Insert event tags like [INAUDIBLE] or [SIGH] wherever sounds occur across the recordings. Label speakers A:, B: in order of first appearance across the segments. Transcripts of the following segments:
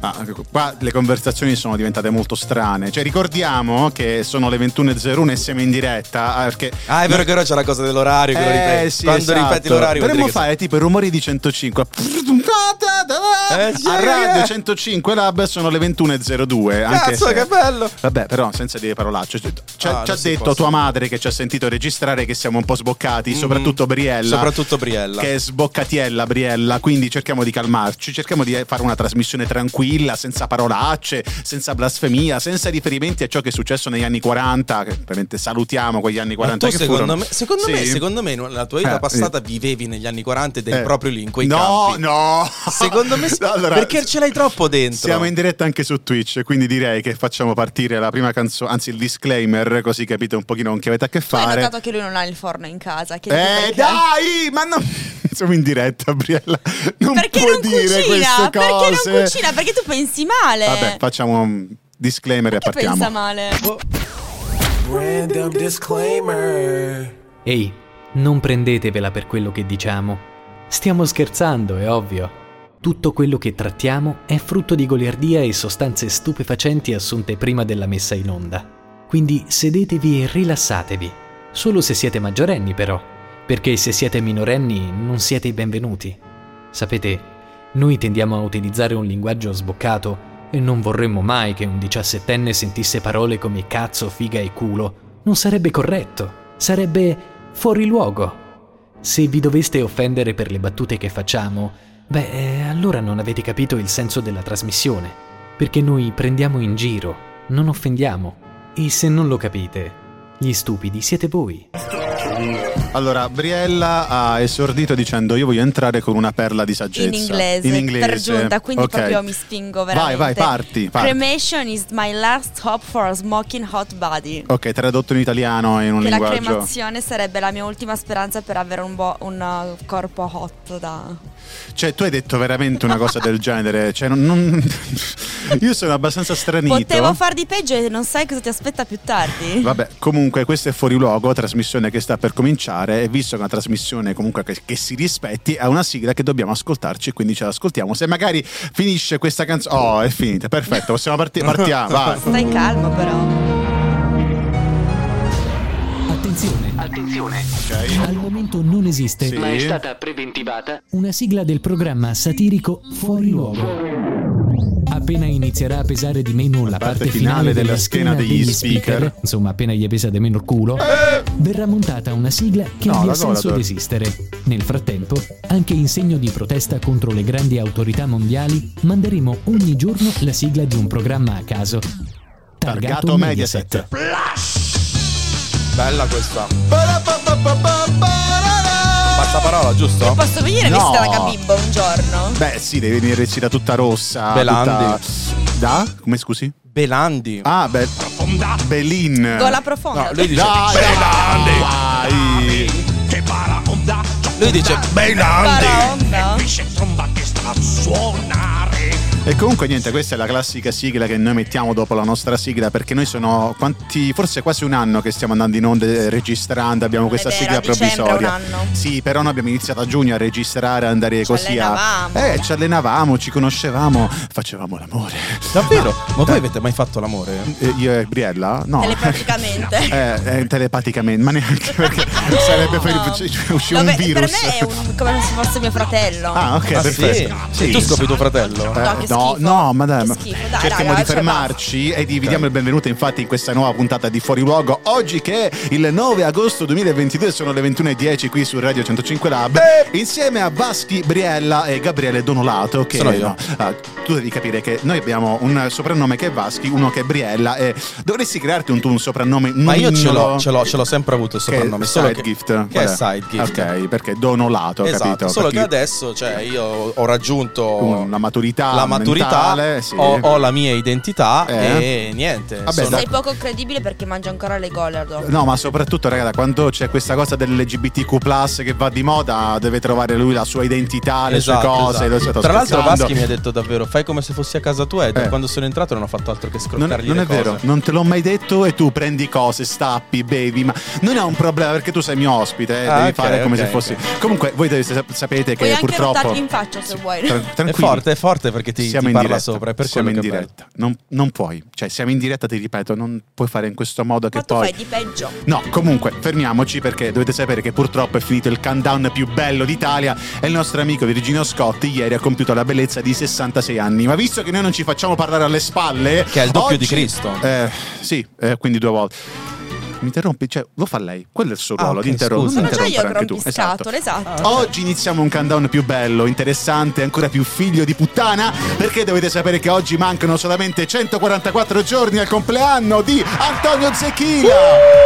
A: Ah, ecco, qua le conversazioni sono diventate molto strane. Cioè, ricordiamo che sono le 21.01 e siamo in diretta. ah, Perché
B: Ah, è vero che ora c'è la cosa dell'orario. che lo
A: Eh,
B: ripeti. Quando
A: esatto.
B: ripeti l'orario, vuol dire
A: dovremmo
B: che
A: fare tipo i rumori di 105.
B: Eh, sì,
A: A Radio
B: eh.
A: 105 Lab sono le 21.02. anche
B: Cazzo,
A: se-
B: che bello!
A: Vabbè, però senza dire parolacce. Cioè, Ci ha
B: Ah,
A: ci ha
B: non si
A: detto
B: può,
A: tua
B: sì.
A: madre che ci ha sentito registrare che siamo un po' sboccati,
B: Mm.
A: soprattutto Briella.
B: Soprattutto Briella.
A: Che è sboccatiella, Briella. Quindi cerchiamo di calmarci, cerchiamo di fare una trasmissione tranquilla, senza parolacce, senza blasfemia, senza riferimenti a ciò che è successo negli anni 40. Che ovviamente salutiamo quegli anni
B: Ma
A: 40
B: tu
A: che
B: secondo
A: furono.
B: me, secondo, me,
A: Sì.
B: secondo me, nella tua vita
A: Eh,
B: passata vivevi negli anni 40 ed eri
A: Eh.
B: proprio lì in quei
A: no,
B: campi.
A: No, [LAUGHS]
B: Secondo me sì,
A: No, allora,
B: perché ce l'hai troppo dentro.
A: Siamo in diretta anche su Twitch, quindi direi che facciamo partire la prima canzone, anzi il disclaimer, così capite un pochino con chi avete a che
C: Tu hai
A: fare.
C: notato che lui non ha il forno in casa. Che
A: Eh dai, ma no, [LAUGHS] siamo in diretta, Briella. Non
C: Perché
A: puoi
C: non
A: dire
C: cucina?
A: queste cose.
C: Perché non cucina? Perché tu pensi male.
A: Vabbè, facciamo un disclaimer e
C: Perché pensa
A: partiamo.
C: male?
D: Random disclaimer.
E: Ehi, non prendetevela per quello che diciamo. Stiamo scherzando, è ovvio. Tutto quello che trattiamo è frutto di goliardia e sostanze stupefacenti assunte prima della messa in onda. Quindi sedetevi e rilassatevi. Solo se siete maggiorenni, però, perché se siete minorenni non siete i benvenuti. Sapete, noi tendiamo a utilizzare un linguaggio sboccato e non vorremmo mai che un diciassettenne sentisse parole come cazzo, figa e culo. Non sarebbe corretto, sarebbe fuori luogo. Se vi doveste offendere per le battute che facciamo, beh, eh, allora non avete capito il senso della trasmissione, perché noi prendiamo in giro, non offendiamo. E se non lo capite, gli stupidi siete voi.
A: Allora, Briella ha esordito dicendo "Io voglio entrare con una perla di saggezza".
C: In inglese,
A: Boh, certo. In inglese.
C: per giunta, quindi
A: Ok.
C: proprio mi spingo veramente.
A: Vai, vai, parti, parti.
C: Cremation is my last hope for a smoking hot body.
A: Ok, tradotto in italiano in un
C: Che la
A: linguaggio.
C: cremazione sarebbe la mia ultima speranza per avere un, bo- un uh, corpo hot da...
A: Cioè, tu hai detto veramente una cosa del genere. Cioè, non, non- [LAUGHS] Io sono abbastanza stranito.
C: Potevo far di peggio e non sai cosa ti aspetta più tardi.
A: Vabbè, comunque questo è fuori luogo, trasmissione che sta per cominciare e visto che è una trasmissione comunque che, che si rispetti ha una sigla che dobbiamo ascoltarci e quindi ce l'ascoltiamo. Se magari finisce questa canzone... Oh, è finita, perfetto, possiamo partire, partiamo, vai.
C: Stai calmo però.
E: Attenzione,
F: Attenzione,
A: Ok,
E: al momento non esiste
A: Sì.
F: ma è stata preventivata
E: una sigla del programma satirico Fuori Luogo. Appena inizierà a pesare di meno la, parte, finale della, schiena, degli, speaker, insomma appena gli pesa di meno il culo, verrà montata una sigla che
A: No, la
E: abbia
A: gola,
E: senso
A: dai.
E: di esistere. Nel frattempo, anche in segno di protesta contro le grandi autorità mondiali, manderemo ogni giorno la sigla di un programma a caso.
A: [LAUGHS] Targato Mediaset.
B: Bella questa. Basta parola, giusto?
C: Posso venire
A: No.
C: vista la Gabibbo un giorno?
A: Beh sì, devi venire vestita tutta rossa.
B: Belandi.
A: tutta- Da? Come scusi?
B: Belandi.
A: Ah, beh... Belin.
C: Gola profonda.
B: No, lui dice
A: Dai,
B: Belandi.
A: dai. Ah.
B: Lui dice
C: Parola onda?
A: E comunque niente, questa è la classica sigla che noi mettiamo dopo la nostra sigla perché noi sono quanti, forse quasi un anno che stiamo andando in onda eh, registrando, abbiamo
C: Non è
A: questa
C: vero,
A: sigla
C: a dicembre
A: provvisoria.
C: un anno.
A: Sì, però noi abbiamo iniziato a giugno a registrare, a andare così a...
C: allenavamo.
A: Eh, ci allenavamo, ci conoscevamo, facevamo l'amore.
B: Davvero? Ma voi avete mai fatto l'amore?
A: Eh, Io e Briella? No.
C: Telepraticamente.
A: [LAUGHS] Eh, eh, telepaticamente, ma neanche
C: [LAUGHS]
A: perché sarebbe per,
C: No.
A: cioè, uscire
C: Vabbè,
A: un virus.
C: Per me è un, come se fosse mio fratello.
A: Ah, ok,
B: Ah,
A: perfetto.
B: sì? Tu scopri tuo fratello?
A: Eh,
C: No, che
A: no,
C: schifo.
A: no, ma dai,
C: Che
A: ma
C: schifo, dai,
A: cerchiamo
C: raga,
A: di
C: cioè,
A: fermarci e di, vi diamo il benvenuto infatti in questa nuova puntata di Fuori Luogo. Oggi che è il 9 agosto 2022 sono le 21.10 qui su Radio 105 Lab
B: Eh.
A: insieme a Vaschi, Briella e Gabriele Donolato che
B: Sono io.
A: no, ah, tu devi capire che noi abbiamo un soprannome che è Vaschi, uno che è Briella e dovresti crearti un tu un soprannome
B: Ma io ce
A: mignolo
B: l'ho, ce l'ho, ce l'ho sempre avuto il
A: che è
B: soprannome. solo
A: side
B: che,
A: gift.
B: Che è
A: Vabbè.
B: side gift.
A: Ok, perché Donolato,
B: Esatto,
A: capito?
B: solo che
A: Perché-
B: adesso cioè, io ho raggiunto
A: Una maturità
B: la maturità,
A: mentale, sì.
B: ho, ho la mia identità
A: Eh.
B: e niente.
A: Vabbè,
B: sono-
A: dai.
C: Sei poco credibile perché mangia ancora le golardo.
A: No, ma soprattutto, raga, da quando c'è questa cosa dell'LGBTQ che va di moda, deve trovare lui la sua identità, le
B: Esatto,
A: sue cose.
B: esatto.
A: lo so, sto
B: Tra l'altro,
A: scherzando.
B: Vaschi mi ha detto davvero: fai come se fossi a casa tua. E da
A: Eh.
B: quando sono entrato non ho fatto altro che
A: Non,
B: scroccargli
A: non
B: le
A: è
B: cose.
A: vero, non te l'ho mai detto e tu prendi cose, stappi, bevi, ma non è un problema perché tu sei mio ospite, eh,
B: Ah,
A: devi
B: ok,
A: fare come
B: ok,
A: se fossi. Comunque voi dovete sap- sapete che
C: Puoi anche
A: purtroppo
C: rottargli in faccia se vuoi.
A: Tran-
B: È
A: tranquilli.
B: forte, è forte perché ti,
A: siamo
B: ti
A: in
B: parla
A: diretta.
B: sopra, è per
A: siamo in
B: quello che è
A: diretta. Non, non puoi, cioè siamo in diretta, ti ripeto, non puoi fare in questo modo
C: Ma
A: che
C: tu
A: poi
C: fai di peggio.
A: No, comunque, fermiamoci perché dovete sapere che purtroppo è finito il countdown più bello d'Italia e il nostro amico Virginio Scotti ieri ha compiuto la bellezza di 66 anni. Ma visto che noi non ci facciamo parlare alle spalle...
B: Che è il doppio
A: oggi-
B: di Cristo.
A: Eh, sì, eh, quindi due volte. Mi interrompi? Cioè, lo fa lei. Quello è il suo
B: Ah,
A: ruolo,
B: ok,
A: di interrom-
B: scusa.
A: non
C: Sono già io
A: interrompere anche tu.
C: rompiscatole, esatto.
A: Oggi iniziamo un countdown più bello, interessante, ancora più figlio di puttana, perché dovete sapere che oggi mancano solamente 144 giorni al compleanno di Antonio Zecchina.
C: Uh!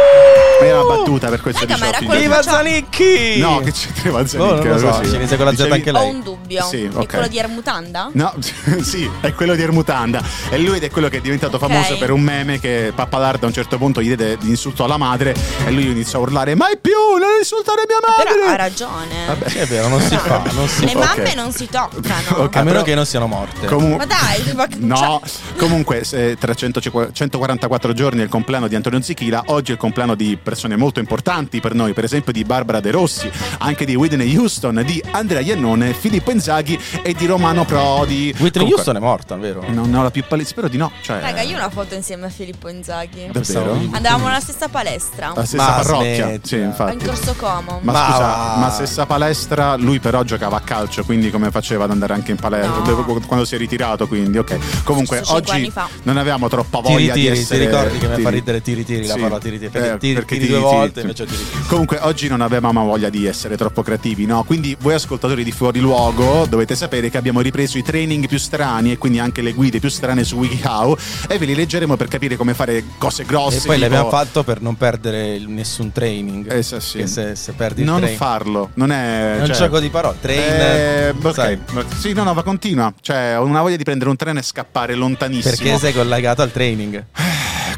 A: Era una battuta per questo
C: Raga, ma
A: dicevo
C: era
A: figlio
C: quello
A: di-
B: Viva
C: Ciao.
B: Zanicchi!
A: No, che c'entrava Zanicchi,
B: Boh, non lo so,
A: eh, così.
B: ci inizia con la Z
A: Dicevi-
B: anche
C: Ho
B: lei.
C: un dubbio.
A: Sì,
C: È
A: ok.
C: quello di Ermutanda?
A: No, [LAUGHS] sì, è quello di Ermutanda. E lui ed è quello che è diventato
C: Ok.
A: famoso per un meme che Pappalardo a un certo punto gli diede l'insulto alla madre e lui iniziò a urlare: Mai più, non insultare mia madre!
C: Però ha ragione.
B: Vabbè, sì, è vero, non si fa, non si
C: Le
B: fa.
A: ok.
C: mamme non si toccano.
A: [LAUGHS] Ok.
B: A meno
A: Eh, però-
B: che non siano morte.
A: Comu-
C: Ma dai, ma- cioè,
A: No, comunque se tra 105 144 giorni è il compleanno di Antonio Zichila, oggi è il compleanno di persone molto importanti per noi, per esempio di Barbara De Rossi, anche di Whitney Houston, di Andrea Iannone, Filippo Inzaghi e di Romano Prodi.
B: Whitney
A: Comunque,
B: Houston è morta, vero?
A: Non ne ho la più pallida, spero di no. Cioè,
C: Raga, io ho una foto insieme a Filippo Inzaghi.
A: Davvero?
C: Andavamo alla stessa palestra.
A: La stessa
B: Ma
A: parrocchia,
B: smetti.
A: sì, Ah, infatti.
C: In corso Como.
A: Ma,
B: Ma
A: scusa,
B: va.
A: ma stessa palestra, lui però giocava a calcio, quindi come faceva ad andare anche in palestra?
C: No.
A: Dopo- Quando si è ritirato, quindi ok. Comunque
C: Su cinque
A: oggi
C: anni fa.
A: non avevamo troppa
B: Ti
A: voglia
B: ritiri,
A: di essere
B: ti ricordi che mi
A: tiri.
B: fa ridere ti ritiri la
A: Sì.
B: parola ti ritiri
A: Eh,
B: perché ti
A: perché ti
B: ritiri due
A: ritiri,
B: volte
A: sì.
B: invece ti ritiri.
A: Comunque oggi non avevamo voglia di essere troppo creativi, no? Quindi voi ascoltatori di Fuori Luogo dovete sapere che abbiamo ripreso i training più strani e quindi anche le guide più strane su WikiHow e ve li leggeremo per capire come fare cose grosse.
B: E poi
A: tipo-
B: l'abbiamo fatto per non perdere il- nessun training.
A: Eh, sì, sì.
B: Che se, se perdi il
A: Non
B: training.
A: farlo, non è...
B: È un
A: cioè-
B: gioco di parole.
A: Eh,
B: Train.
A: ok.
B: sai,
A: Sì, no, no, ma continua. Cioè, ho una voglia di prendere un treno e scappare lontanissimo.
B: perché sei collegato al
A: Eh,
B: training?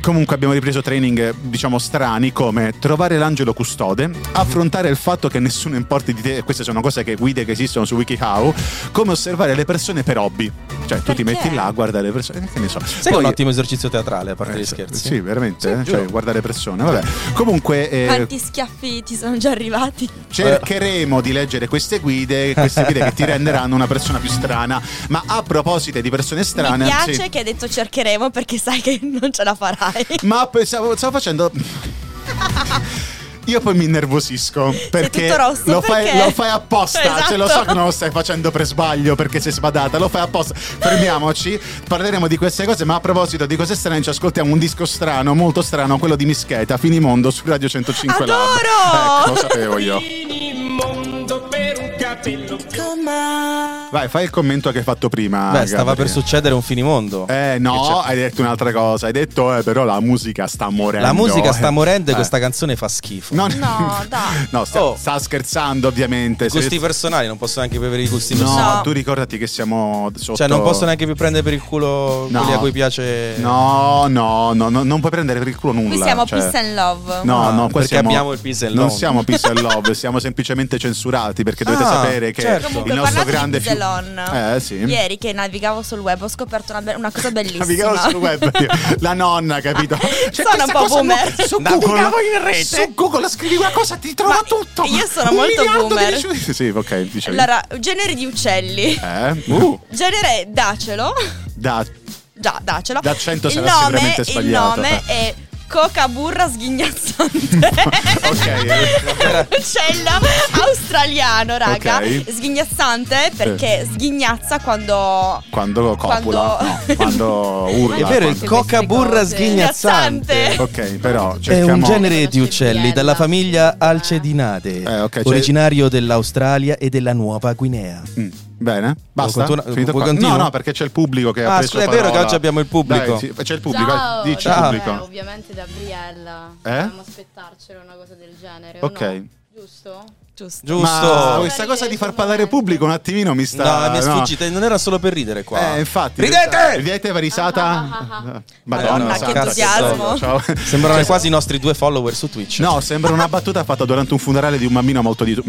A: Comunque abbiamo ripreso training, eh, diciamo, strani come trovare l'angelo custode, affrontare il fatto che nessuno importi di te, queste sono cose che guide che esistono su WikiHow, come osservare le persone per hobby. Cioè, tu ti
C: Perché?
A: metti là, guarda le persone, eh, che ne so.
B: Sai che è
A: Poi-
B: un ottimo esercizio teatrale, a parte
A: eh,
B: gli
A: sì,
B: scherzi.
A: Sì, veramente. eh?
B: giuro.
A: Cioè, guardare persone. Vabbè. Comunque. eh,
C: Quanti schiaffi ti sono già arrivati?
A: Cercheremo di leggere queste guide, queste guide che ti renderanno una persona più strana. Ma a proposito di persone strane,
C: Mi piace
A: sì.
C: che hai detto cercheremo perché sai che non ce la farai.
A: ma p- stavo, stavo facendo. Io poi mi innervosisco perché,
C: tutto rosso,
A: lo, fai,
C: perché?
A: lo fai apposta.
C: Esatto.
A: Cioè, lo so che non lo stai facendo per sbaglio perché sei sbadata, lo fai apposta. Fermiamoci, parleremo di queste cose. Ma a proposito di cose strane, ci ascoltiamo un disco strano, molto strano, quello di Mischeta, Finimondo su Radio 105 Lab.
C: Adoro!
A: Ecco, lo sapevo io. Vai, fai il commento che hai fatto prima.
B: Beh, stava
A: Gabriele.
B: per succedere un finimondo.
A: Eh
B: Che
A: no,
B: c'è-
A: hai detto un'altra cosa. Hai detto, eh, però la musica sta morendo.
B: La musica sta
A: eh.
B: morendo e
A: Eh.
B: questa canzone fa schifo.
A: No,
C: No, dai.
A: [LAUGHS] No, sta,
B: Oh.
A: sta scherzando, ovviamente. Se-
B: gusti personali non posso neanche più avere i gusti
A: No,
B: personali.
C: No.
A: tu ricordati che siamo sotto.
B: Cioè, non posso neanche più prendere per il culo
A: No.
B: quelli a cui piace.
A: No, no, no, no, non puoi prendere per il culo nulla.
C: Qui siamo
A: cioè-
C: peace and love.
A: No,
B: Ah,
A: no, qua
B: perché
A: siamo-
B: abbiamo il peace and
A: Non
B: love.
A: siamo peace
B: [LAUGHS]
A: and love, siamo semplicemente censurati perché dovete
B: Ah,
A: sapere che
B: certo.
A: il
C: Comunque,
A: nostro
C: parlando
A: grande
C: di
A: fiu-
C: Zelon,
A: Eh, sì.
C: ieri che navigavo sul web ho scoperto una, be- una cosa bellissima.
A: [LAUGHS] Navigavo sul web, io. la nonna, capito?
C: [LAUGHS]
A: Cioè,
C: Sono un
A: questa
C: po'
A: cosa
C: boomer.
A: mo- Su
B: Navigavo
A: Google, eh,
B: in rete.
A: Su Google scrivi una cosa, ti trova
C: Ma
A: tutto.
C: io sono
A: Un
C: molto
A: miliardo di
C: boomer.
A: ricerche- Sì, sì, ok, dicevi.
C: [LAUGHS] Allora, genere di uccelli.
A: Eh, uh,
C: Genere dacelo.
A: da
C: Già, dacelo.
A: Da 100
C: Il
A: sarà
C: nome-
A: sicuramente sbagliato. eh.
C: Il nome è Coca
A: [LAUGHS]
C: Burra Sghignazzante.
A: Ok.
C: Uccello australiano, raga.
A: eh, Ok.
C: Sghignazzante perché sghignazza quando
A: quando copula,
C: Quando-
A: no, quando
C: [LAUGHS]
A: urla.
B: È vero, il
A: quando-
C: Tutte
B: coca
C: queste
B: burra
C: cose.
B: sghignazzante.
C: Sghignazzante.
A: Ok, però
B: È un
A: cerchiamo
B: genere di
C: Sono
B: uccelli
C: scimmiella.
B: dalla famiglia Alcedinate,
A: Eh, ok, cioè-
B: originario dell'Australia e della Nuova Guinea.
A: Mm, Bene, basta.
B: continua-
A: Finito
B: vuoi
A: qua? No,
B: continuo?
A: no, perché c'è il pubblico che ha
B: Ah,
A: preso
B: scusa, è vero che
A: parola.
B: oggi abbiamo il pubblico.
A: Dai, sì, c'è il pubblico,
F: Ciao,
A: eh, dici
F: da-
B: Ciao.
A: il pubblico.
F: ovviamente da Briella.
A: Eh?
F: Dobbiamo aspettarcelo una cosa del genere. o
A: Ok.
F: no? Giusto?
C: giusto.
A: Ma
B: Giusto.
A: questa cosa di far parlare pubblico un attimino mi sta
B: No, mi è sfuggita, non era solo per ridere qua.
A: Eh, infatti.
B: Ridete!
A: Ridete, va risata.
F: Ah, ah, ah, ah.
C: Madonna,
A: santa,
C: che entusiasmo.
A: ciao.
B: Sembrano quasi i nostri due follower su Twitch.
C: Cioè.
A: No, sembra una battuta fatta durante un funerale di un bambino molto di.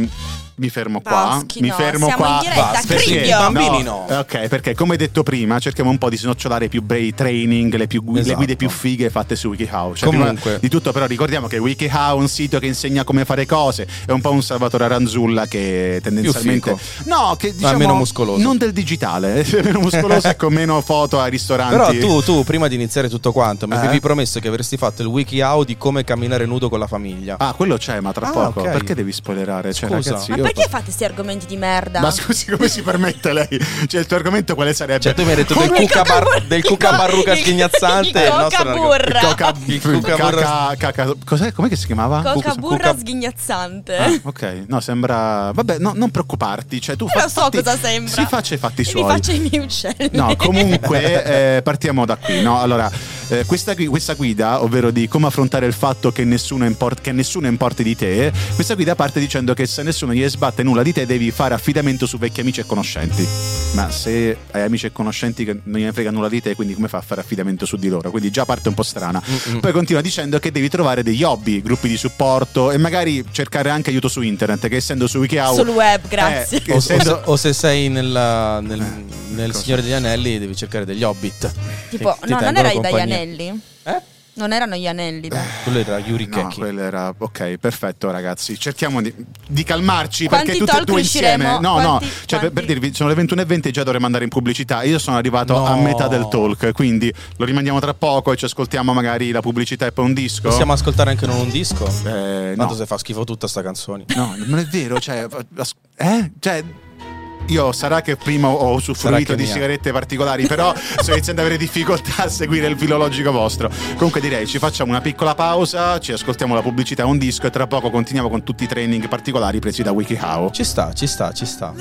A: Mi fermo qua.
C: Paschi,
A: Mi
C: no,
A: fermo
C: siamo
A: qua.
C: in diretta,
A: Basta, perché-
C: cribbio.
B: I bambini no.
A: Ok, perché come detto prima, cerchiamo un po' di snocciolare i più bei training, le, più gui- le
B: Esatto.
A: guide più fighe fatte su WikiHow. Cioè, prima
B: Comunque.
A: di tutto, però, ricordiamo che WikiHow è un sito che insegna come fare cose, è un po' un salvatore senatore Aranzulla che tendenzialmente...
B: fico.
A: No, che diciamo...
B: meno muscoloso.
A: Non del digitale, [LAUGHS] è meno muscoloso e con meno foto ai ristoranti.
B: Però tu, tu, prima di iniziare tutto quanto, mi
A: Eh?
B: avevi promesso che avresti fatto il wiki how di come camminare nudo con la famiglia.
A: Ah, quello c'è, ma tra
B: Ah,
A: poco.
B: ok.
A: Perché devi spoilerare? Cioè,
B: Scusa.
A: ragazzi,
C: Ma
A: io-
C: perché fate questi argomenti di merda?
A: Ma scusi, come si permette lei? Cioè, il tuo argomento quale sarebbe?
B: Cioè, tu mi hai detto del
C: Come il
B: cuca, bar-
C: cocaburra-
B: del cuca barruca
C: il-
B: sghignazzante.
C: il
B: è il nostro
C: cocaburra.
B: argomento.
A: Il coca-
B: Il cuca burra-
A: caca- caca- cos'è? Com'è che si chiamava?
C: Coca
B: Cucus-
C: burra
B: cuca-
C: sghignazzante. [LAUGHS]
A: Ah, ok, no, sembra. Vabbè, no, non preoccuparti. Cioè, tu
C: Non
A: fa-
C: so
A: fatti-
C: cosa sembra.
A: Si faccia i fatti
C: E
A: suoi.
C: Mi faccio i miei uccelli. [LAUGHS]
A: No, comunque eh, partiamo da qui. No? Allora, eh, questa, gui- questa guida, ovvero di come affrontare il fatto che nessuno, import- che nessuno importi di te, questa guida parte dicendo che se nessuno gli sbatte nulla di te devi fare affidamento su vecchi amici e conoscenti. Ma se hai amici e conoscenti che non gliene frega nulla di te, quindi come fa a fare affidamento su di loro? Quindi già parte un po' strana.
B: Mm-mm.
A: Poi continua dicendo che devi trovare degli hobby, gruppi di supporto e magari cercare anche aiuto su internet, che essendo su Wikihow...
C: Sul web, grazie.
A: Eh, che
B: O, o se,
A: essendo-
B: o se sei nella- nel, nel
A: cosa?
B: Signore degli Anelli devi cercare dagli Hobbit.
C: tipo,
B: Ti- ti
C: no, non
B: tengono
C: era i dagli
B: compagnia.
C: anelli.
B: Eh?
C: Non erano gli anelli. dai.
B: Quello era Yuri
A: No,
B: Keki.
A: quello era. Ok, perfetto, ragazzi. Cerchiamo di, di calmarci
C: Quanti
A: perché tutti e
C: talk
A: due
C: riusciremo?
A: insieme. No, no.
C: Quanti-
A: Cioè, per,
C: quanti?
A: per dirvi, sono le 21.20 e già dovremmo andare in pubblicità. Io sono arrivato
B: No.
A: a metà del talk, quindi lo rimandiamo tra poco e ci ascoltiamo magari la pubblicità e poi un disco.
B: Possiamo ascoltare anche non un disco?
A: Eh,
B: Tanto
A: no.
B: se fa schifo tutta sta canzone.
A: no, non è vero, cioè. as- Eh? Cioè. Io sarà che prima ho
B: Sarà
A: usufruito
B: che
A: di
B: mia.
A: sigarette particolari, però sto iniziando ad avere difficoltà a seguire il filologico vostro. Comunque direi ci facciamo una piccola pausa, ci ascoltiamo la pubblicità un disco e tra poco continuiamo con tutti i training particolari presi da WikiHow.
B: Ci sta, ci sta, ci sta.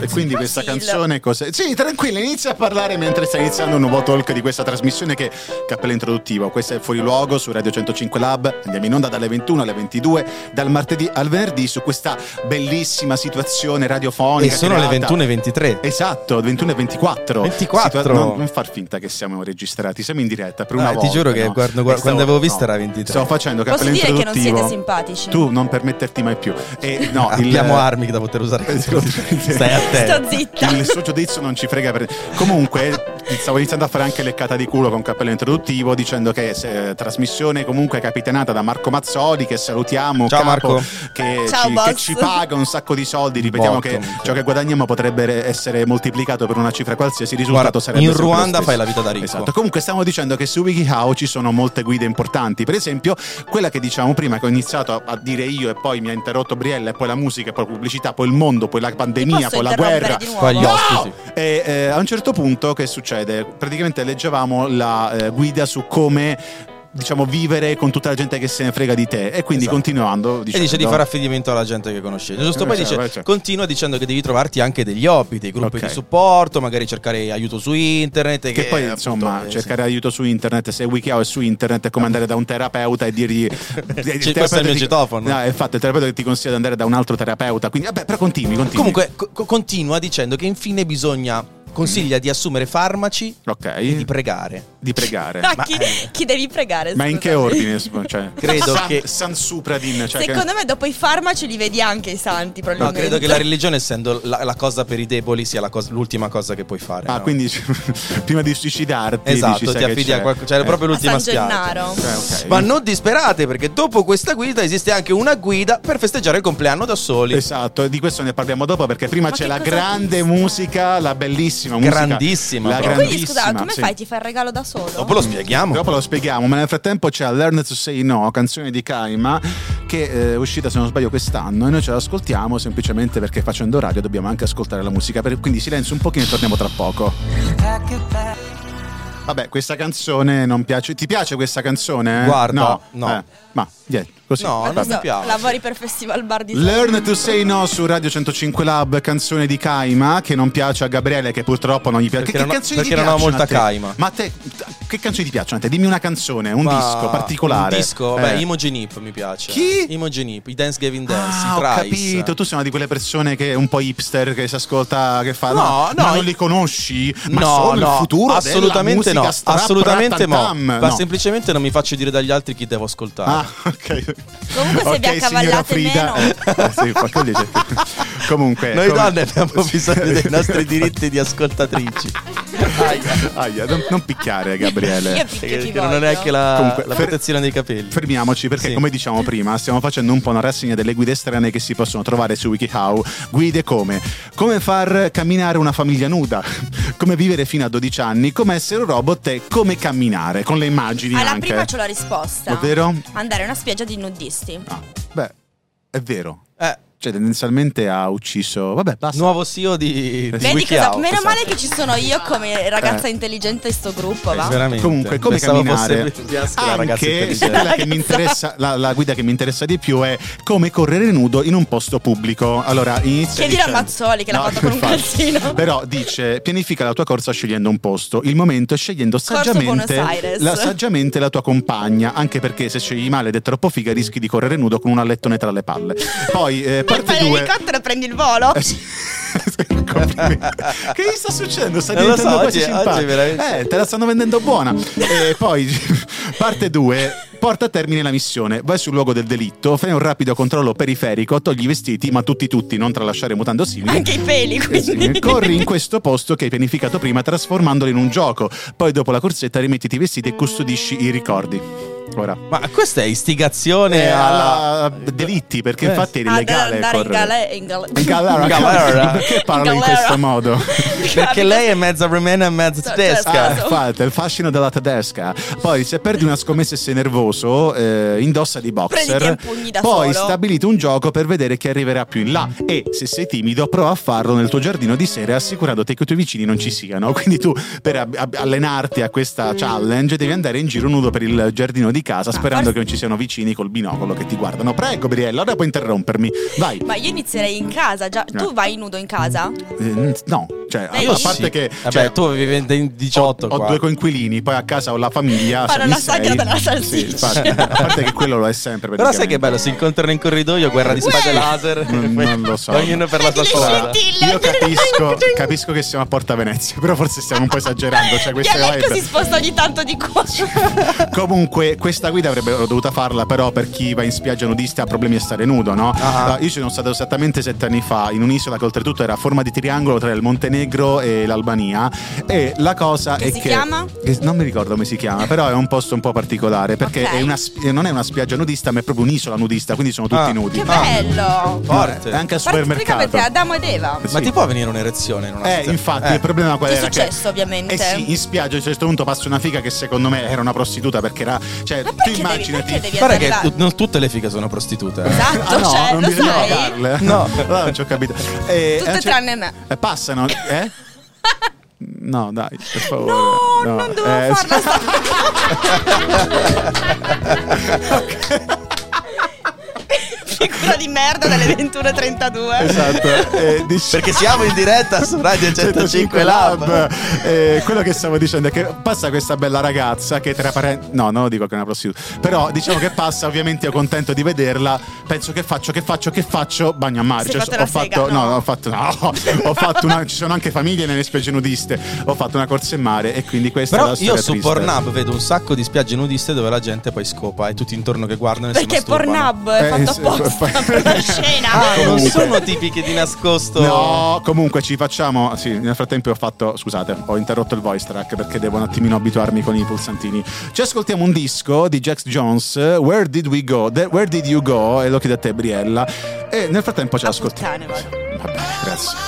A: E quindi questa
C: Tranquillo.
A: canzone cos'è? Sì, tranquilla, inizia a parlare mentre sta iniziando un nuovo talk di questa trasmissione che cappello introduttivo. Questo è Fuori Luogo su Radio 105 Lab. Andiamo in onda dalle 21 alle 22, dal martedì al venerdì su questa bellissima situazione
B: E
A: radiofonica.
B: sono le
A: creata-
B: 21.23.
A: Esatto, 21 e 24.
B: 24.
A: Situa- non, non far finta che siamo registrati, siamo in diretta per una
B: Ah, ti
A: volta.
B: giuro che
A: no?
B: guardo- guardo-
A: E stavo-
B: quando avevo visto era 23.
A: Stavo facendo
C: Posso
A: cappello
C: dire che non
A: introduttivo.
C: siete simpatici?
A: Tu non permetterti mai più. E no, il-
B: [LAUGHS]
A: Esatto.
B: Abbiamo armi da
A: [LAUGHS]
B: poter usare contro di te. Stai attento.
C: Sto zitta.
A: Il suo giudizio non ci frega per... Comunque, stavo iniziando a fare anche leccata di culo con cappello introduttivo dicendo che eh, trasmissione comunque capitanata da Marco Mazzoli, che salutiamo.
B: Ciao,
A: capo,
B: Marco.
A: Che,
C: Ciao,
A: ci,
C: boss.
A: che ci paga un sacco di soldi. Ripetiamo
B: Boh,
A: che
B: comunque.
A: ciò che guadagniamo potrebbe essere moltiplicato per una cifra qualsiasi. il Risultato
B: Guarda,
A: sarebbe
B: in
A: sempre lo
B: Ruanda
A: stesso.
B: fai la vita da ricco.
A: Esatto. Comunque stiamo dicendo che su WikiHow ci sono molte guide importanti. Per esempio, quella che diciamo prima, che ho iniziato a- a dire io e poi mi ha interrotto Briella, e poi la musica, poi la pubblicità, poi il mondo, poi la pandemia,
C: Posso
A: poi la
C: interrompere
A: guerra.
C: di
B: Qua gli
C: nuovo?
A: No!
B: ospiti.
A: Oh, E eh, a un certo punto che succede? Praticamente leggevamo la eh, guida su come diciamo vivere con tutta la gente che se ne frega di te e quindi
B: Esatto.
A: continuando
B: E
A: dicendo,
B: dice di fare affidamento alla gente che conosce. Giusto, poi
A: Eh, certo,
B: dice,
A: certo.
B: continua dicendo che devi trovarti anche degli hobby, dei gruppi
A: Ok.
B: di supporto, magari cercare aiuto su internet. Che,
A: che poi
B: appunto,
A: insomma
B: eh, sì.
A: cercare aiuto su internet se Wikiao è su internet è come andare da un terapeuta e
B: [LAUGHS]
A: dirgli eh,
B: è il
A: terapeuta
B: mio
A: ti-
B: citofono.
A: no, infatti il terapeuta che ti consiglia di andare da un altro terapeuta quindi vabbè però continui continui
B: Comunque, co- co- continua dicendo che infine bisogna consiglia
A: Mm.
B: di assumere farmaci
A: ok
B: e di pregare.
A: di
B: [LAUGHS]
A: pregare
C: Ah,
A: ma, eh.
C: chi, chi devi pregare?
A: ma in che
C: scusami?
A: ordine cioè,
B: Credo
A: San-
B: che-
A: San Supradin cioè che-
C: Secondo me dopo i farmaci li vedi anche i santi,
B: No,
C: probabilmente.
B: credo che la religione, essendo la, la cosa per i deboli, sia la cosa- l'ultima cosa che puoi fare.
A: Ah,
B: no?
A: quindi [LAUGHS] prima di suicidarti dici,
B: Esatto,
A: sai
B: ti
A: che
B: affidi
A: c'è.
B: a qualcosa. Cioè, è
A: Eh,
B: proprio
C: A
B: l'ultima
C: San
B: spiaggia.
C: Gennaro.
A: cioè, ok.
B: Ma non disperate, perché dopo questa guida esiste anche una guida per festeggiare il compleanno da soli.
A: Esatto, di questo ne parliamo dopo perché prima
C: Ma
A: c'è
C: che
A: la
C: cosa
A: grande
C: triste.
A: musica, la bellissima musica.
B: Grandissima,
A: la
B: proprio.
C: Quindi
A: grandissima.
C: scusa, come
A: sì.
C: fai? Ti fai il regalo da solo?
B: Dopo lo spieghiamo.
A: Dopo lo spieghiamo, ma nel frattempo c'è Learn to Say No, canzone di Kaima, che eh, è uscita se non sbaglio quest'anno e noi ce l'ascoltiamo semplicemente perché facendo radio dobbiamo anche ascoltare la musica, per- quindi silenzio un pochino e torniamo tra poco. Vabbè, questa canzone non piace. Ti piace questa canzone? eh?
B: Guarda,
A: no.
B: no.
A: Eh, ma, niente, così.
B: No,
C: Ma
B: non
C: questo
B: mi piace.
C: Lavori per Festival Bar di
A: Learn to say no su Radio 105 Lab, canzone di Kaima che non piace a Gabriele che purtroppo non gli piace.
B: Perché
A: che
B: non ho-
A: canzoni ti
B: perché non ho
A: piacciono
B: molta
A: a te?
B: Kaima.
A: Ma a te che canzoni ti piacciono a te? Dimmi una canzone, un
B: Ma-
A: disco particolare.
B: Un disco,
A: Eh.
B: beh, Imogen Ip mi piace.
A: Chi?
B: Imogen Ip, i Dance Giving Dance,
A: Ah,
B: i
A: ho
B: Thrice.
A: capito, tu sei una di quelle persone che è un po' hipster che si ascolta che fa
B: No, no,
A: ma non
B: i-
A: li conosci, ma
B: No,
A: sono il
B: no,
A: futuro
B: assolutamente
A: della musica
B: no,
A: strap,
B: assolutamente no.
A: ratantam.
B: Ma semplicemente non mi faccio dire dagli altri chi devo ascoltare.
A: Ah, ok. [LAUGHS] ok.
C: Comunque se
A: Ok,
C: vi
A: signora
C: accavallate
A: Frida.
C: meno.
A: Eh, sì, fa quelli c'è.
C: [LAUGHS]
A: Comunque.
B: Noi
A: come-
B: donne abbiamo bisogno dei
A: [LAUGHS]
B: nostri
A: Sì,
B: diritti di ascoltatrici.
C: Ah,
A: Aia, aia, non, non picchiare,
C: Io
A: Gabriele.
C: picchio
B: Perché
C: ti
B: non ho
C: voglio.
B: neanche la,
A: Comunque,
B: la
A: fer-
B: protezione dei capelli.
A: Fermiamoci perché,
B: Sì.
A: come diciamo prima, stiamo facendo un po' una rassegna delle guide strane che si possono trovare su WikiHow. Guide come come far camminare una famiglia nuda, come vivere fino a 12 anni, come essere un robot e come camminare con le immagini.
C: Alla
A: anche.
C: prima c'ho Ah, la risposta.
A: Ovvero?
C: Andare a una spiaggia di nudisti.
A: Ah, beh, è vero.
B: Eh,
A: Cioè, tendenzialmente ha ucciso. Vabbè, basta.
B: nuovo CEO di, di
C: Vedi
B: Wiki
C: cosa?
B: House.
C: Meno male che ci sono io come ragazza
A: Eh.
C: intelligente in sto
A: Esatto.
C: gruppo,
B: Eh,
C: va?
B: veramente.
A: Comunque, come
B: Pensavo
A: camminare?
B: fosse più fiasco la ragazza
A: Anche se
B: intelligente.
A: quella che mi interessa, la, la guida che mi interessa di più è come correre nudo in un posto pubblico. Allora, inizia.
C: Chiedilo a
A: dicendo-
C: Mazzoli che l'ha fatto con un
A: infatti.
C: calzino.
A: Però dice: pianifica la tua corsa scegliendo un posto, il momento e scegliendo saggiamente
C: Buenos Aires.
A: la, saggiamente la tua compagna. Anche perché se scegli male ed è troppo figa, rischi di correre nudo con un allettone tra le palle. Poi, eh,
C: Per
A: parte
C: fare
A: 2.
C: l'elicottero e prendi il volo.
A: Eh sì. [LAUGHS] Complimenti. che gli sta succedendo? Sta
B: Non lo so,
A: diventando quasi
B: oggi-
A: simpatico.
B: oggi veramente.
A: Eh, te la stanno vendendo buona. E poi, [LAUGHS] parte 2. Porta a termine la missione. Vai sul luogo del delitto, fai un rapido controllo periferico, togli i vestiti, ma tutti tutti, non tralasciare mutando simili.
C: Anche i peli,
A: Eh sì,
C: quindi.
A: Corri in questo posto che hai pianificato prima trasformandolo in un gioco. Poi dopo la corsetta rimettiti i vestiti e custodisci i ricordi. Ora.
B: Ma questa è istigazione
A: Eh,
B: alla...
A: alla- delitti, perché
B: Eh.
A: infatti è
C: [LAUGHS] Ad
A: illegale
C: andare in
A: correre.
C: galera. [LAUGHS] In gale-
A: In galera.
B: Galera.
A: Perché parlo in
C: galera.
A: questo
C: [LAUGHS]
A: modo?
B: Perché lei è mezza rumena e mezza
C: Cioè,
A: Ah,
B: tedesca.
C: certo.
A: infatti, è il fascino della tedesca. Poi, se perdi una scommessa e sei nervoso, eh, indossa di
C: Prenditi
A: boxer.
C: a pugni da
A: Poi
C: solo.
A: stabilite un gioco per vedere chi arriverà più in là. E se sei timido, prova a farlo nel tuo giardino di sera, assicurandoti che i tuoi vicini non ci siano. [LAUGHS] Quindi, tu per ab- ab- allenarti a
C: Mm.
A: questa challenge, devi andare in giro nudo per il giardino di casa, sperando
C: Ah, forse-
A: che non ci siano vicini col binocolo che ti guardano. Prego, Briella, ora puoi interrompermi. Vai.
C: Ma io inizierei in casa. Già. Tu vai nudo in casa?
A: Eh, n- no, cioè,
C: Beh,
A: a
C: sì.
A: parte che.
B: Vabbè,
A: cioè,
B: Eh tu vivi in 18
A: ho, ho
B: Esatto, qua.
A: due coinquilini, poi a casa ho la famiglia.
C: Fanno
A: sono in
C: la
A: sei.
C: sagra della salsiccia.
A: Sì, infatti, a parte che quello lo è sempre.
B: Però sai che
A: praticamente.
B: bello, si incontrano in corridoio, guerra di spade
C: Uè!
B: laser.
A: Non- non lo so.
B: Ognuno per la sua
C: Prendi le
B: strada.
C: scintille.
A: Io capisco, capisco che siamo a Porta Venezia, però forse stiamo un po' esagerando. Cioè, questa
C: Dialecco
A: vibe-
C: si sposta ogni tanto di qua. [LAUGHS]
A: Comunque, questa guida avrebbero dovuta farla, però, per chi va in spiaggia nudista ha problemi a stare nudo, no?
B: Ah.
A: Eh, io ci sono stato esattamente sette anni fa in un'isola che oltretutto era a forma di triangolo tra il Montenegro e l'Albania. E la cosa
C: Che
A: è
C: si
A: che.
C: chiama?
A: che non mi ricordo come si chiama, però è un posto un po' particolare perché
C: Ok.
A: è una sp- eh, non è una spiaggia nudista, ma è proprio un'isola nudista, quindi sono tutti
B: Ah.
A: nudi.
C: Che
A: Ah.
C: bello.
A: Eh,
B: Forte.
A: Anche al
C: Praticamente
A: supermercato.
C: Adamo ed Eva.
B: Ma
A: Sì.
B: ti può venire un'erezione? in una
A: Eh,
B: situazione?
A: infatti,
B: Eh.
A: il problema qual
C: Che è
A: era?
C: successo, ovviamente.
A: Eh sì, in spiaggia a un certo punto passa una figa che secondo me era una prostituta perché era. Cioè,
C: Ma
A: tu
C: perché devi,
A: immaginati.
C: perché devi
B: Guarda che
C: andare là?
B: tu- non tutte le fighe sono prostitute. eh.
C: Esatto,
A: Ah, no,
C: cioè,
A: non
C: lo
A: bisogna
C: sai.
A: pagarle. [LAUGHS]
B: No.
A: Allora non ci ho capito. Eh,
C: Tutte
A: eh, c'è-
C: tranne me.
A: eh, Passano,
C: [LAUGHS]
A: eh? No, dai, per favore.
C: No, non dovevo
A: eh,
C: farla sta figura di merda dalle 21.32.
A: [LAUGHS] Esatto. Eh, dici-
B: Perché siamo in diretta su Radio 105 Lab.
A: Eh, quello che stavo dicendo è che passa questa bella ragazza che tra parenti no non lo dico che è una prostituta però diciamo che passa ovviamente io contento di vederla penso che faccio che faccio che faccio bagno a mare
C: Si è
A: Cioè,
C: fatta
A: ho
C: la sega,
A: fatto no,
C: no.
A: ho fatto no ho fatto una ci sono anche famiglie nelle specie nudiste ho fatto una corsa in mare e quindi questa è
B: Però
A: la
B: io
A: storia
B: su
A: triste.
B: Pornhub vedo un sacco di spiagge nudiste dove la gente poi scopa e tutti intorno che guardano e si
C: Perché
B: masturbano.
C: Pornhub
A: Eh,
C: è fatto
A: sì,
C: apposta
A: poi-
C: per la scena.
B: Ah, non
A: Comunque.
B: sono tipiche di nascosto.
A: No, comunque ci facciamo. Sì, nel frattempo ho fatto. Scusate, ho interrotto il voice track perché devo un attimino abituarmi con i pulsantini. Ci ascoltiamo un disco di Jax Jones, Where Did We Go? The- Where Did You Go? E lo chiedo a te, Briella. E nel frattempo ci
C: Ah,
A: ascoltiamo.
C: puttane, vado.
A: Vabbè, grazie.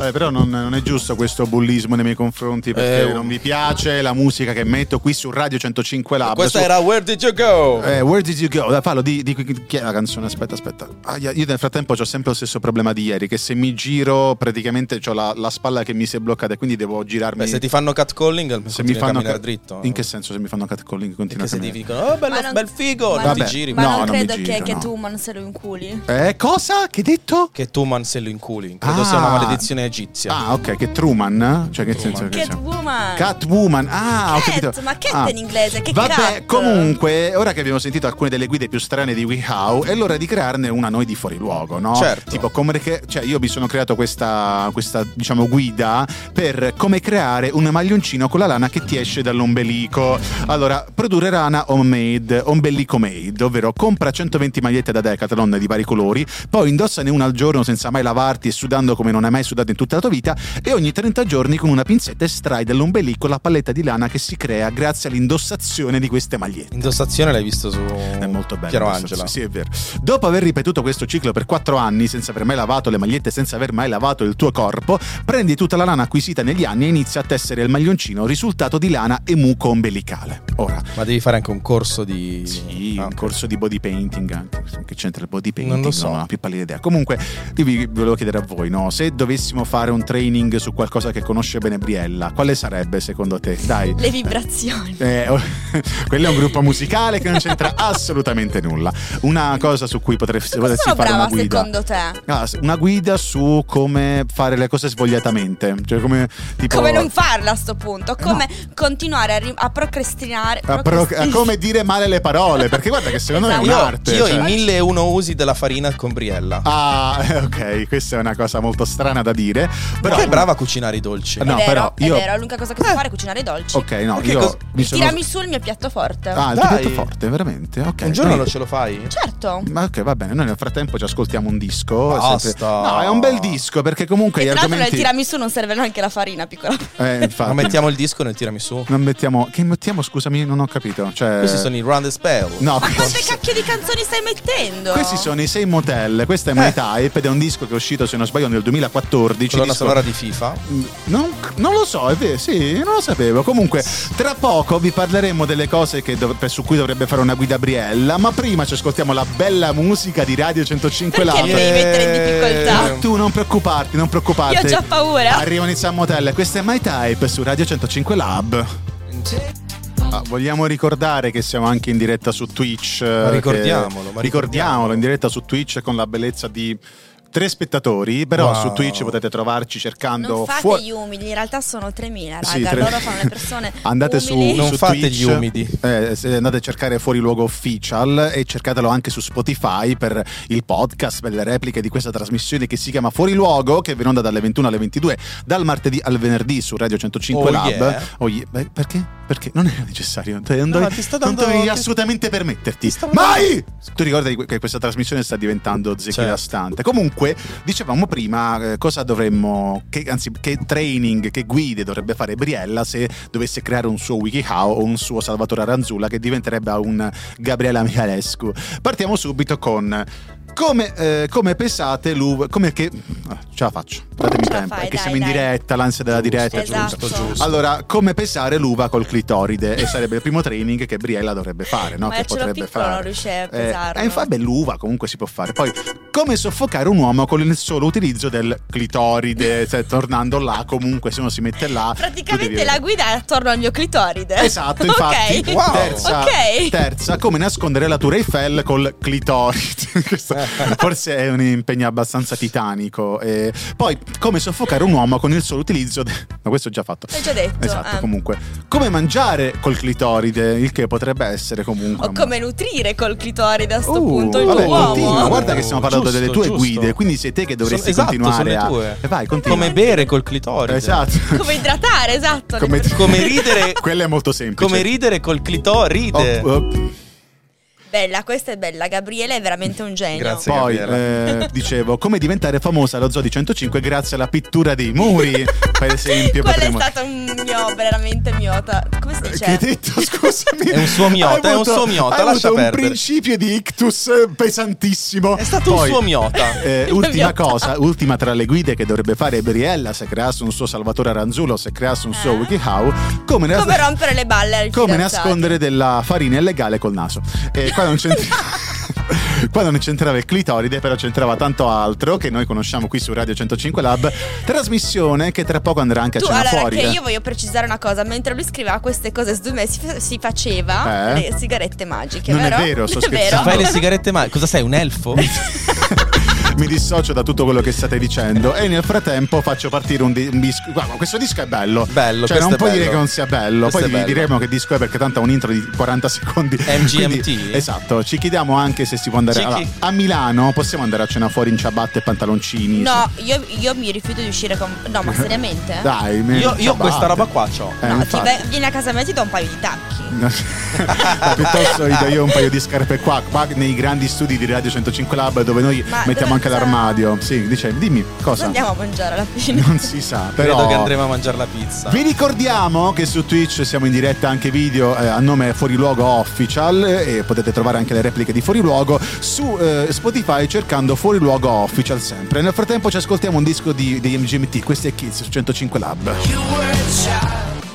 A: Vabbè, però non, non è giusto questo bullismo nei miei confronti perché
B: Eh,
A: non mi piace la musica che metto qui su Radio 105 Lab.
B: Questa
A: su-
B: era Where Did You Go?
A: eh, Where did you go? Dai, fallo, di, di- chi è la canzone? Aspetta, aspetta. Aia, io nel frattempo ho sempre lo stesso problema di ieri, che se mi giro praticamente ho la, la spalla che mi si è bloccata e quindi devo girarmi.
B: Beh, se ti fanno catcalling,
A: se mi fanno
B: camminare
A: ca-
B: dritto.
A: In che senso se mi fanno catcalling continua
B: Perché
A: a
B: se ti
A: camminare?
B: dicono, oh, bello,
C: Ma non-
B: bel figo,
C: ma
B: non
A: Vabbè.
B: ti giri.
C: Ma
A: No,
C: non
A: non mi
C: credo che,
A: giro,
C: che
A: no.
C: tu man se lo inculi.
A: Eh, cosa? Che hai detto?
B: Che tu mansello in culi. Credo
A: Ah.
B: sia una maledizione egizia.
A: Ah, ok, che Truman? Cioè, che
B: Truman.
A: senso che c'è?
C: Catwoman.
A: Catwoman, ah, ho
C: Cat,
A: capito.
C: ma cat
A: Ah.
C: in inglese, che
A: Vabbè,
C: cat?
A: comunque, ora che abbiamo sentito alcune delle guide più strane di WeHow, è l'ora di crearne una noi di fuori luogo, no?
B: Certo.
A: Tipo, come che- cioè, io mi sono creato questa, questa, diciamo, guida per come creare un maglioncino con la lana che ti esce dall'ombelico. Allora, produrre lana homemade, ombelico made, ovvero compra 120 magliette da Decathlon di vari colori, poi indossane una al giorno senza mai lavarti e sudando come non hai mai sudato in tutta la tua vita e ogni 30 giorni con una pinzetta estrai dall'ombelico la palletta di lana che si crea grazie all'indossazione di queste magliette.
B: Indossazione l'hai visto su
A: È molto bello.
B: Piero
A: questo,
B: Angela.
A: Sì, sì, è vero. Dopo aver ripetuto questo ciclo per 4 anni, senza aver mai lavato le magliette, senza aver mai lavato il tuo corpo, prendi tutta la lana acquisita negli anni e inizia a tessere il maglioncino, risultato di lana e muco ombelicale. Ora,
B: Ma devi fare anche un corso di
A: sì,
B: Ah,
A: un corso di body painting anche. Che c'entra il body painting?
B: Non lo so.
A: Non ho più pallida idea. Comunque, io vi volevo chiedere a voi, no? Se dovessimo fare un training su qualcosa che conosce bene Briella, quale sarebbe secondo te? Dai.
C: Le vibrazioni.
A: Eh, oh, [LAUGHS] quello è un gruppo musicale che non c'entra assolutamente nulla. Una cosa su cui potresti,
C: Cosa
A: potresti
C: sono
A: fare una
C: brava
A: guida.
C: secondo te?
A: Ah, s- una guida su come fare le cose svogliatamente. Cioè, come tipo.
C: Come non farla a sto punto? Come continuare a, ri- a procrastinare?
A: a pro- a
C: procrastin-
A: come dire male le parole? Perché guarda che secondo me è
B: Ah,
C: Esatto.
B: Io,
A: un'arte.
B: io
A: cioè.
B: i 1001 usi della farina con Briella.
A: Ah, [LAUGHS] eh, ok, questa è una cosa molto strana da dire. Però
B: Però è brava a cucinare i dolci.
A: no,
C: è vero,
A: però
C: è
A: io- Eh.
C: vero, l'unica cosa che so fare è cucinare i dolci.
A: Ok, no,
B: Perché
A: io
B: cos-
A: mi
C: Il
A: sono
C: tiramisù è il mio piatto forte.
A: Ah, il
B: Dai.
A: piatto forte, veramente. Ok.
B: Un giorno
A: dai.
B: lo ce lo fai?
C: Certo.
A: Ma ok, va bene, noi nel frattempo ci ascoltiamo un disco. è
B: Basta.
A: No, è un bel disco perché comunque
C: E
A: gli
C: tra l'altro nel
A: argomenti
C: tiramisù non serve neanche la farina, piccola.
A: Eh, infatti.
B: Ma mettiamo il disco nel tiramisù.
A: Non mettiamo Che mettiamo, scusami, non ho capito. Cioè
B: Questi sono i Run the Spell.
A: No,
C: Ma
A: questi-
C: quante cacchio di canzoni stai mettendo?
A: Questi sono i Sei Motel, questa è My
B: Eh.
A: Type ed è un disco che è uscito, se non sbaglio, nel 2014.
B: Colonna
A: disco-
B: sonora di FIFA.
A: Non, non lo so, è vero, sì, non lo sapevo. Comunque, tra poco vi parleremo delle cose che dov- per- su cui dovrebbe fare una guida Briella, ma prima ci ascoltiamo la bella musica di Radio 105
C: Perché mi
A: Live.
C: devi mettere in
A: Ma
C: difficoltà?
A: tu non preoccuparti, non preoccuparti.
C: Io ho già paura.
A: Arrivano i Sam Motel, questo è My Type su Radio 105 Lab. Ah, vogliamo ricordare che siamo anche in diretta su Twitch. eh, che-
B: ricordiamolo, ma
A: ricordiamolo, in diretta su Twitch con la bellezza di tre spettatori. Però
B: Wow.
A: su Twitch potete trovarci cercando
C: Non fate
A: fuori.
C: gli umili, in realtà sono 3000, raga.
A: Sì, tre-
C: Loro fanno le persone
A: [LAUGHS] andate su,
C: umili.
B: Non
A: su
B: fate
A: Twitch,
B: gli umidi.
A: eh, se andate a cercare fuori luogo official e cercatelo anche su Spotify per il podcast per le repliche di questa trasmissione che si chiama Fuori Luogo che è in onda dalle 21 alle 22 dal martedì al venerdì su Radio 105
B: Oh,
A: Lab
B: yeah.
A: Oh, yeah. Beh, perché? perché non era necessario Te- non,
B: No,
A: dovevi,
B: ma ti sto
A: non
B: dando-
A: dovevi
B: ti-
A: assolutamente permetterti
B: ti stavo
A: mai tu ricordi que- che questa trasmissione sta diventando zecchi
B: Certo.
A: da stante comunque dicevamo prima eh, cosa dovremmo che, anzi che training che guide dovrebbe fare Briella se dovesse creare un suo WikiHow o un suo Salvatore Aranzulla che diventerebbe un Gabriela Michalescu partiamo subito con come, eh, come pesate l'uva come che ah, ce la faccio datemi
C: Ce la
A: tempo
C: fai,
A: perché
C: dai,
A: siamo in
C: dai.
A: diretta l'ansia della diretta
C: Esatto.
A: giusto
B: giusto, giusto.
A: allora, come pesare l'uva col clitoride? E sarebbe il primo training che Briella dovrebbe fare, no?
C: Ma
A: che
C: io ce l'ho
A: potrebbe
C: piccolo,
A: fare.
C: non esatto. riuscirei a
A: Eh,
C: pesarlo.
A: eh, fa- beh, l'uva comunque si può fare. Poi, come soffocare un uomo con il solo utilizzo del
C: [LAUGHS]
A: clitoride? Cioè, tornando là, comunque, se uno si mette là. tu
C: Praticamente
A: devi-
C: la guida è attorno al mio clitoride.
A: Esatto, infatti.
C: [LAUGHS] ok.
B: Wow.
A: Terza,
C: Ok.
A: terza, come nascondere la Tour Eiffel col clitoride. [LAUGHS]
C: [LAUGHS]
A: Questo forse è un impegno abbastanza titanico. E poi, come soffocare un uomo con il solo utilizzo. de- No, questo ho già fatto.
C: L'hai già detto.
A: Esatto,
C: ah.
A: comunque. Come mangiare col clitoride, il che potrebbe essere comunque.
C: O come nutrire col clitoride a sto
A: Uh,
C: punto il
A: vabbè,
C: tuo uomo. eh.
A: continua, guarda che stiamo parlando
B: Giusto,
A: delle tue
B: giusto.
A: guide, quindi sei te che dovresti
B: Sono- esatto,
A: continuare
B: sono le
A: a...
B: tue.
A: E vai, continua.
B: Come bere col clitoride.
A: Esatto.
C: [LAUGHS] Come idratare, esatto. le
A: Come-
C: persone.
B: Come ridere,
A: [LAUGHS] Quella è molto semplice.
B: come ridere col clitoride.
A: Oh, oh,
C: Bella, questa è bella. Gabriele è veramente un genio.
B: Grazie. Sì,
A: poi
B: Gabriella.
A: eh,
B: [LAUGHS]
A: dicevo, come diventare famosa allo Zoo di 105 grazie alla pittura dei muri, per esempio.
C: Quello
A: potremmo-
C: è cioè. stato un mio, veramente miota. Come si
A: Eh,
C: dice?
A: Che hai
C: [LAUGHS]
A: detto, scusami.
B: È un suo miota,
A: Hai
B: è un suo miota,
A: hai
B: lascia
A: avuto un
B: perdere.
A: principio di ictus eh, pesantissimo.
B: È stato un
A: Poi, [LAUGHS]
B: suo miota.
A: eh,
C: Il
A: ultima
C: miota.
A: cosa, ultima tra le guide che dovrebbe fare Briella se creasse un suo Salvatore Aranzulo, se creasse un suo
C: Eh.
A: WikiHow, come, nas-
C: Come rompere le balle al
A: come
C: fidanzato.
A: nascondere della farina illegale col naso. E qua non c'entra- [LAUGHS] qua non c'entrava il clitoride, però c'entrava tanto altro che noi conosciamo qui su Radio 105 Lab, trasmissione che tra poco andrà anche a
C: Tu,
A: cena
C: allora,
A: fuori.
C: che
A: eh.
C: io voglio precisare una cosa: mentre lui scriveva queste cose, secondo me si, fa- si faceva
A: Eh?
C: le sigarette magiche,
A: Non è
C: vero?
A: vero, sto
C: Non è vero?
A: scherzando. [LAUGHS]
B: Fai le sigarette male. Cosa sei, un elfo?
A: mi dissocio da tutto quello che state dicendo e nel frattempo faccio partire un, di- un disco. Guarda, questo disco è bello.
B: Bello,
A: Cioè,
B: questo
A: non
B: è
A: puoi dire
B: bello.
A: che non sia bello.
B: Questo è
A: Poi vi
B: bello.
A: diremo che disco è perché tanto ha un intro di 40 secondi. [LAUGHS]
B: MGMT?
A: Quindi, esatto, ci chiediamo anche se si può andare
B: Ci
A: allora,
B: chi-
A: a Milano. Possiamo andare a cena fuori in ciabatte e pantaloncini?
C: No, io, io mi rifiuto di uscire con. No, ma seriamente?
A: Dai, me-
B: Io, io
A: ciabatte. [LAUGHS]
B: questa roba qua c'ho.
A: Eh,
C: No, ti
A: infatti.
C: ve- vieni a casa mia e ti do un paio di tacchi.
A: No, piuttosto gli do io un paio di scarpe qua, qua nei grandi studi di Radio 105 Lab dove noi
C: Ma
A: mettiamo
C: dove
A: anche
C: sta-
A: l'armadio. Sì, dice, dimmi
C: Cosa
A: cosa.
C: andiamo a mangiare alla fine?
A: Non si sa, però
B: Credo che andremo a mangiare la pizza.
A: vi ricordiamo che su Twitch siamo in diretta anche video eh, a nome Fuori Luogo Official eh, e potete trovare anche le repliche di Fuori Luogo su eh, Spotify cercando Fuori Luogo Official sempre. Nel frattempo ci ascoltiamo un disco di, degli MGMT, questi è Kids su 105 Lab.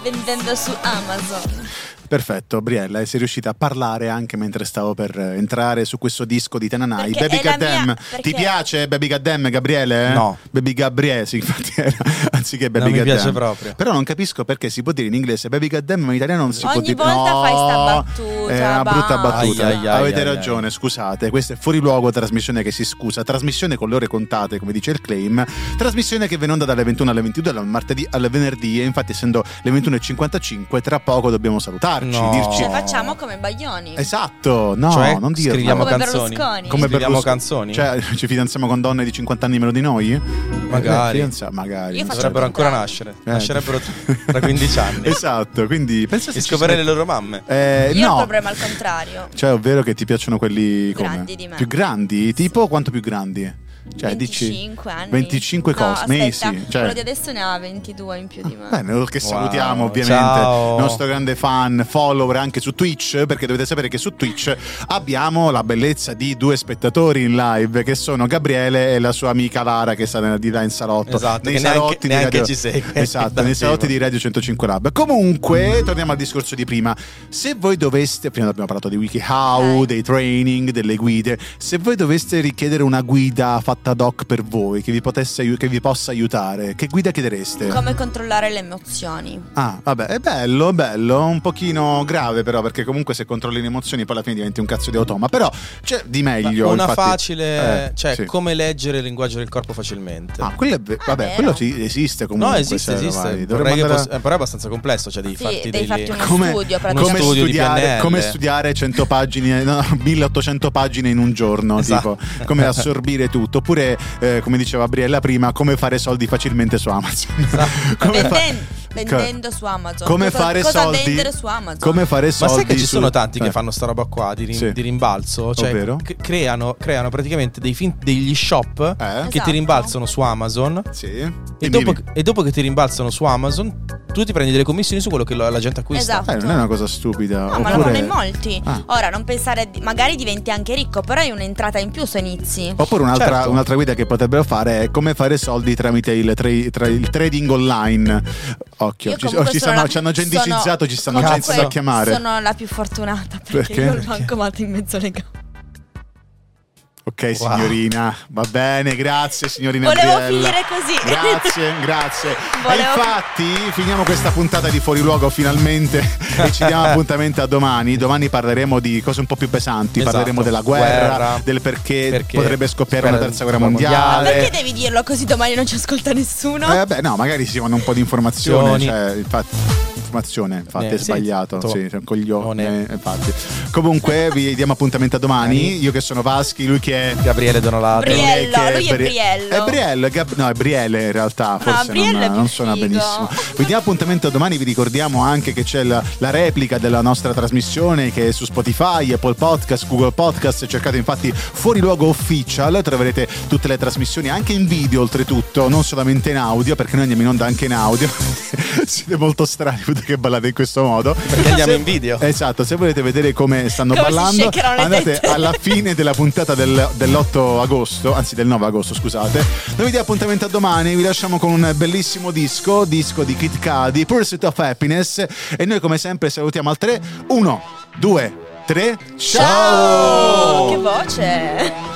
C: Vendendo su Amazon.
A: Perfetto, Briella, e sei riuscita a parlare anche mentre stavo per eh, entrare su questo disco di Tananai.
C: Perché
A: Baby
C: è la
A: Gaddam,
C: mia- perché-
A: ti piace Baby Gaddam, Gabriele?
B: No.
A: Baby Gabriele, sì, infatti era, [LAUGHS] anziché Baby
B: Non mi
A: Gaddam.
B: piace proprio.
A: Però non capisco perché si può dire in inglese Baby Gaddam, ma in italiano non si
C: Ogni
A: può dire.
C: volta
A: no,
C: fai sta battuta,
A: È una brutta
C: basta.
A: battuta.
B: Ai, ai, ai,
A: Avete
B: ai, ai.
A: ragione, Eh, scusate, questa è fuori luogo trasmissione che si scusa, trasmissione con le ore contate, come dice il claim, trasmissione che ve ne onda dalle 21 alle 22 dal martedì al venerdì e infatti essendo le 21.55 tra poco dobbiamo salutarci,
B: No.
A: dirci
C: Cioè,
B: Oh.
C: facciamo come Baglioni.
A: Esatto, no,
B: cioè,
A: non dirlo.
B: scriviamo
C: Come
B: canzoni.
C: Berlusconi.
A: Come
B: scriviamo
A: Berlusconi.
B: canzoni.
A: Cioè, [LAUGHS] ci fidanziamo con donne di 50 anni meno di noi?
B: Magari.
A: Eh, fidanza- magari.
C: Io
A: non
C: faccio
A: so.
B: Dovrebbero
C: il
B: ancora
C: contrario.
B: nascere.
A: Eh.
B: Nascerebbero t- tra
A: [LAUGHS]
B: 15 anni.
A: Esatto, quindi pensa se
B: E
A: ci
B: scoprire le
A: sono-
B: loro mamme.
A: Eh,
C: Io ho
A: no.
C: il problema al contrario.
A: Cioè, ovvero che ti piacciono quelli
C: Più
A: come?
C: grandi di me.
A: Più grandi? Tipo quanto più grandi? Cioè, dici
C: 25 anni.
A: 25
C: No,
A: cose,
C: aspetta,
A: mesi, cioè- Ah,
C: Quello di adesso ne ha 22 in più di me.
A: Bene, che
B: Wow,
A: salutiamo ovviamente
B: ciao.
A: il nostro grande fan, follower anche su Twitch, perché dovete sapere che su Twitch abbiamo la bellezza di due spettatori in live che sono Gabriele e la sua amica Lara che sta di là in salotto.
B: Esatto,
A: nei
B: che neanche-
A: salotti
B: neanche
A: di radio...
B: ci segue.
A: [LAUGHS] Esatto,
B: Da
A: nei salotti
B: prima.
A: di Radio 105 Lab. Comunque, torniamo al discorso di prima. Se voi doveste, prima abbiamo parlato di WikiHow,
C: Ok.
A: dei training, delle guide, se voi doveste richiedere una guida fatta ad hoc per voi, che vi, potesse, aiu- che vi possa aiutare, che guida chiedereste?
C: Come controllare le emozioni.
A: Ah, vabbè, è bello, bello, un pochino grave però, perché comunque se controlli le emozioni poi alla fine diventi un cazzo di automa, però c'è di meglio.
B: Una
A: infatti.
B: facile,
A: Eh,
B: cioè
A: sì.
B: come leggere il linguaggio del corpo facilmente.
A: Ah, quello è ve-
C: Ah,
A: vabbè,
C: vero.
A: quello sì, esiste comunque.
B: no, esiste,
A: se lo vai. Dovremmo
B: esiste. Vorrei che
A: andare a-
B: fosse- eh, però è abbastanza complesso, cioè devi
C: Sì,
B: farti
C: devi
B: degli...
C: farti uno
A: come,
C: studio,
A: come
C: praticamente.
B: Uno studio di
A: studiare,
B: PNL.
A: come studiare 100 pagine, no, [LAUGHS] 1800 pagine in un giorno,
B: Esatto.
A: tipo,
B: [LAUGHS]
A: come assorbire tutto, oppure eh, come diceva Briella prima, come fare soldi facilmente su Amazon.
B: Esatto.
A: [LAUGHS] come fa-
C: Venden- vendendo su Amazon.
A: Cioè, Come
C: Cosa-
A: fare
C: cosa
A: soldi?
C: vendere su Amazon?
A: Come fare
B: Ma
A: soldi?
B: sai che ci
A: su-
B: sono tanti
A: Eh.
B: che fanno sta roba qua di, rim-
A: Sì.
B: di rimbalzo? Cioè,
A: Ovvero?
B: c- creano, creano praticamente dei fin- degli shop
A: Eh?
B: che ti
C: Esatto.
B: rimbalzano su Amazon.
A: Sì.
B: E
A: Dimmi,
B: dopo,
A: dimmi.
B: e dopo che ti rimbalzano su Amazon, tu ti prendi delle commissioni su quello che la la gente acquista.
C: Esatto.
A: Eh, non è una cosa stupida.
C: No, Ah, ma lo
A: Oppure-
C: fanno in molti.
A: Ah.
C: Ora, non pensare, di- magari diventi anche ricco, però hai un'entrata in più se inizi.
A: Oppure un'altra,
B: Certo.
A: un'altra guida che potrebbero fare è come fare soldi tramite il, tra- tra- il trading online. Occhio,
C: Io
A: ci,
C: comunque
A: oh, ci
C: sono
A: stanno-
C: la-
A: ci hanno gendicizzato,
C: sono-
A: ci stanno
B: comunque
A: gente a chiamare.
C: Sono la più fortunata perché,
A: Perché?
C: io ho il
A: Perché?
C: bancomat in mezzo alle gambe.
A: Ok,
B: Wow.
A: signorina, va bene, grazie signorina.
C: Volevo
A: Briella.
C: finire così.
A: Grazie,
C: [LAUGHS]
A: grazie. E
C: Volevo-
A: infatti finiamo questa puntata di Fuori Luogo finalmente [LAUGHS] e ci
B: [LAUGHS]
A: diamo appuntamento a domani. Domani parleremo di cose un po' più pesanti,
B: Esatto.
A: parleremo della guerra,
B: Guerra.
A: del perché,
B: Perché
A: potrebbe scoppiare una
B: spera-
A: terza guerra
B: guerra
A: mondiale.
B: mondiale.
C: Perché devi dirlo così domani non ci ascolta nessuno?
A: Eh, beh, no, magari si fanno un po' di informazione.
B: Informazioni.
A: Cioè, infatti. Informazione, infatti,
B: Eh,
A: è
B: sì,
A: sbagliato.
B: to-
A: Sì, è un coglione.
B: one.
A: eh, Infatti. Comunque, vi diamo appuntamento a domani.
B: Domani.
A: Io che sono Vaschi, lui che è.
B: Gabriele Donolato.
C: Briella.
A: che
C: Briello, lui è
A: Bri-
C: Briello.
A: È Briello, è Gab- no, è Briele in realtà, forse
C: Briello
A: non,
C: è più
A: non suona
C: figo. [LAUGHS]
A: benissimo. Vi diamo appuntamento a domani, vi ricordiamo anche che c'è la, la replica della nostra trasmissione che è su Spotify, Apple Podcast, Google Podcast, cercate infatti Fuori Luogo Official, troverete tutte le trasmissioni anche in video oltretutto, non solamente in audio, perché noi andiamo in onda anche in audio. [LAUGHS] Siete molto strani che ballate in questo modo.
B: Perché andiamo
A: Se-
B: in video.
A: Esatto, se volete vedere come stanno
C: Come si
A: ballando,
C: shakerano le
A: andate
C: tette. [LAUGHS]
A: alla fine della puntata del- dell'8 agosto, anzi del 9 agosto, scusate. Noi vi diamo appuntamento a domani, vi lasciamo con un bellissimo disco, disco di Kit Cudi, Pursuit of Happiness e noi come sempre salutiamo al 3 1 2 3
C: Ciao! Che voce!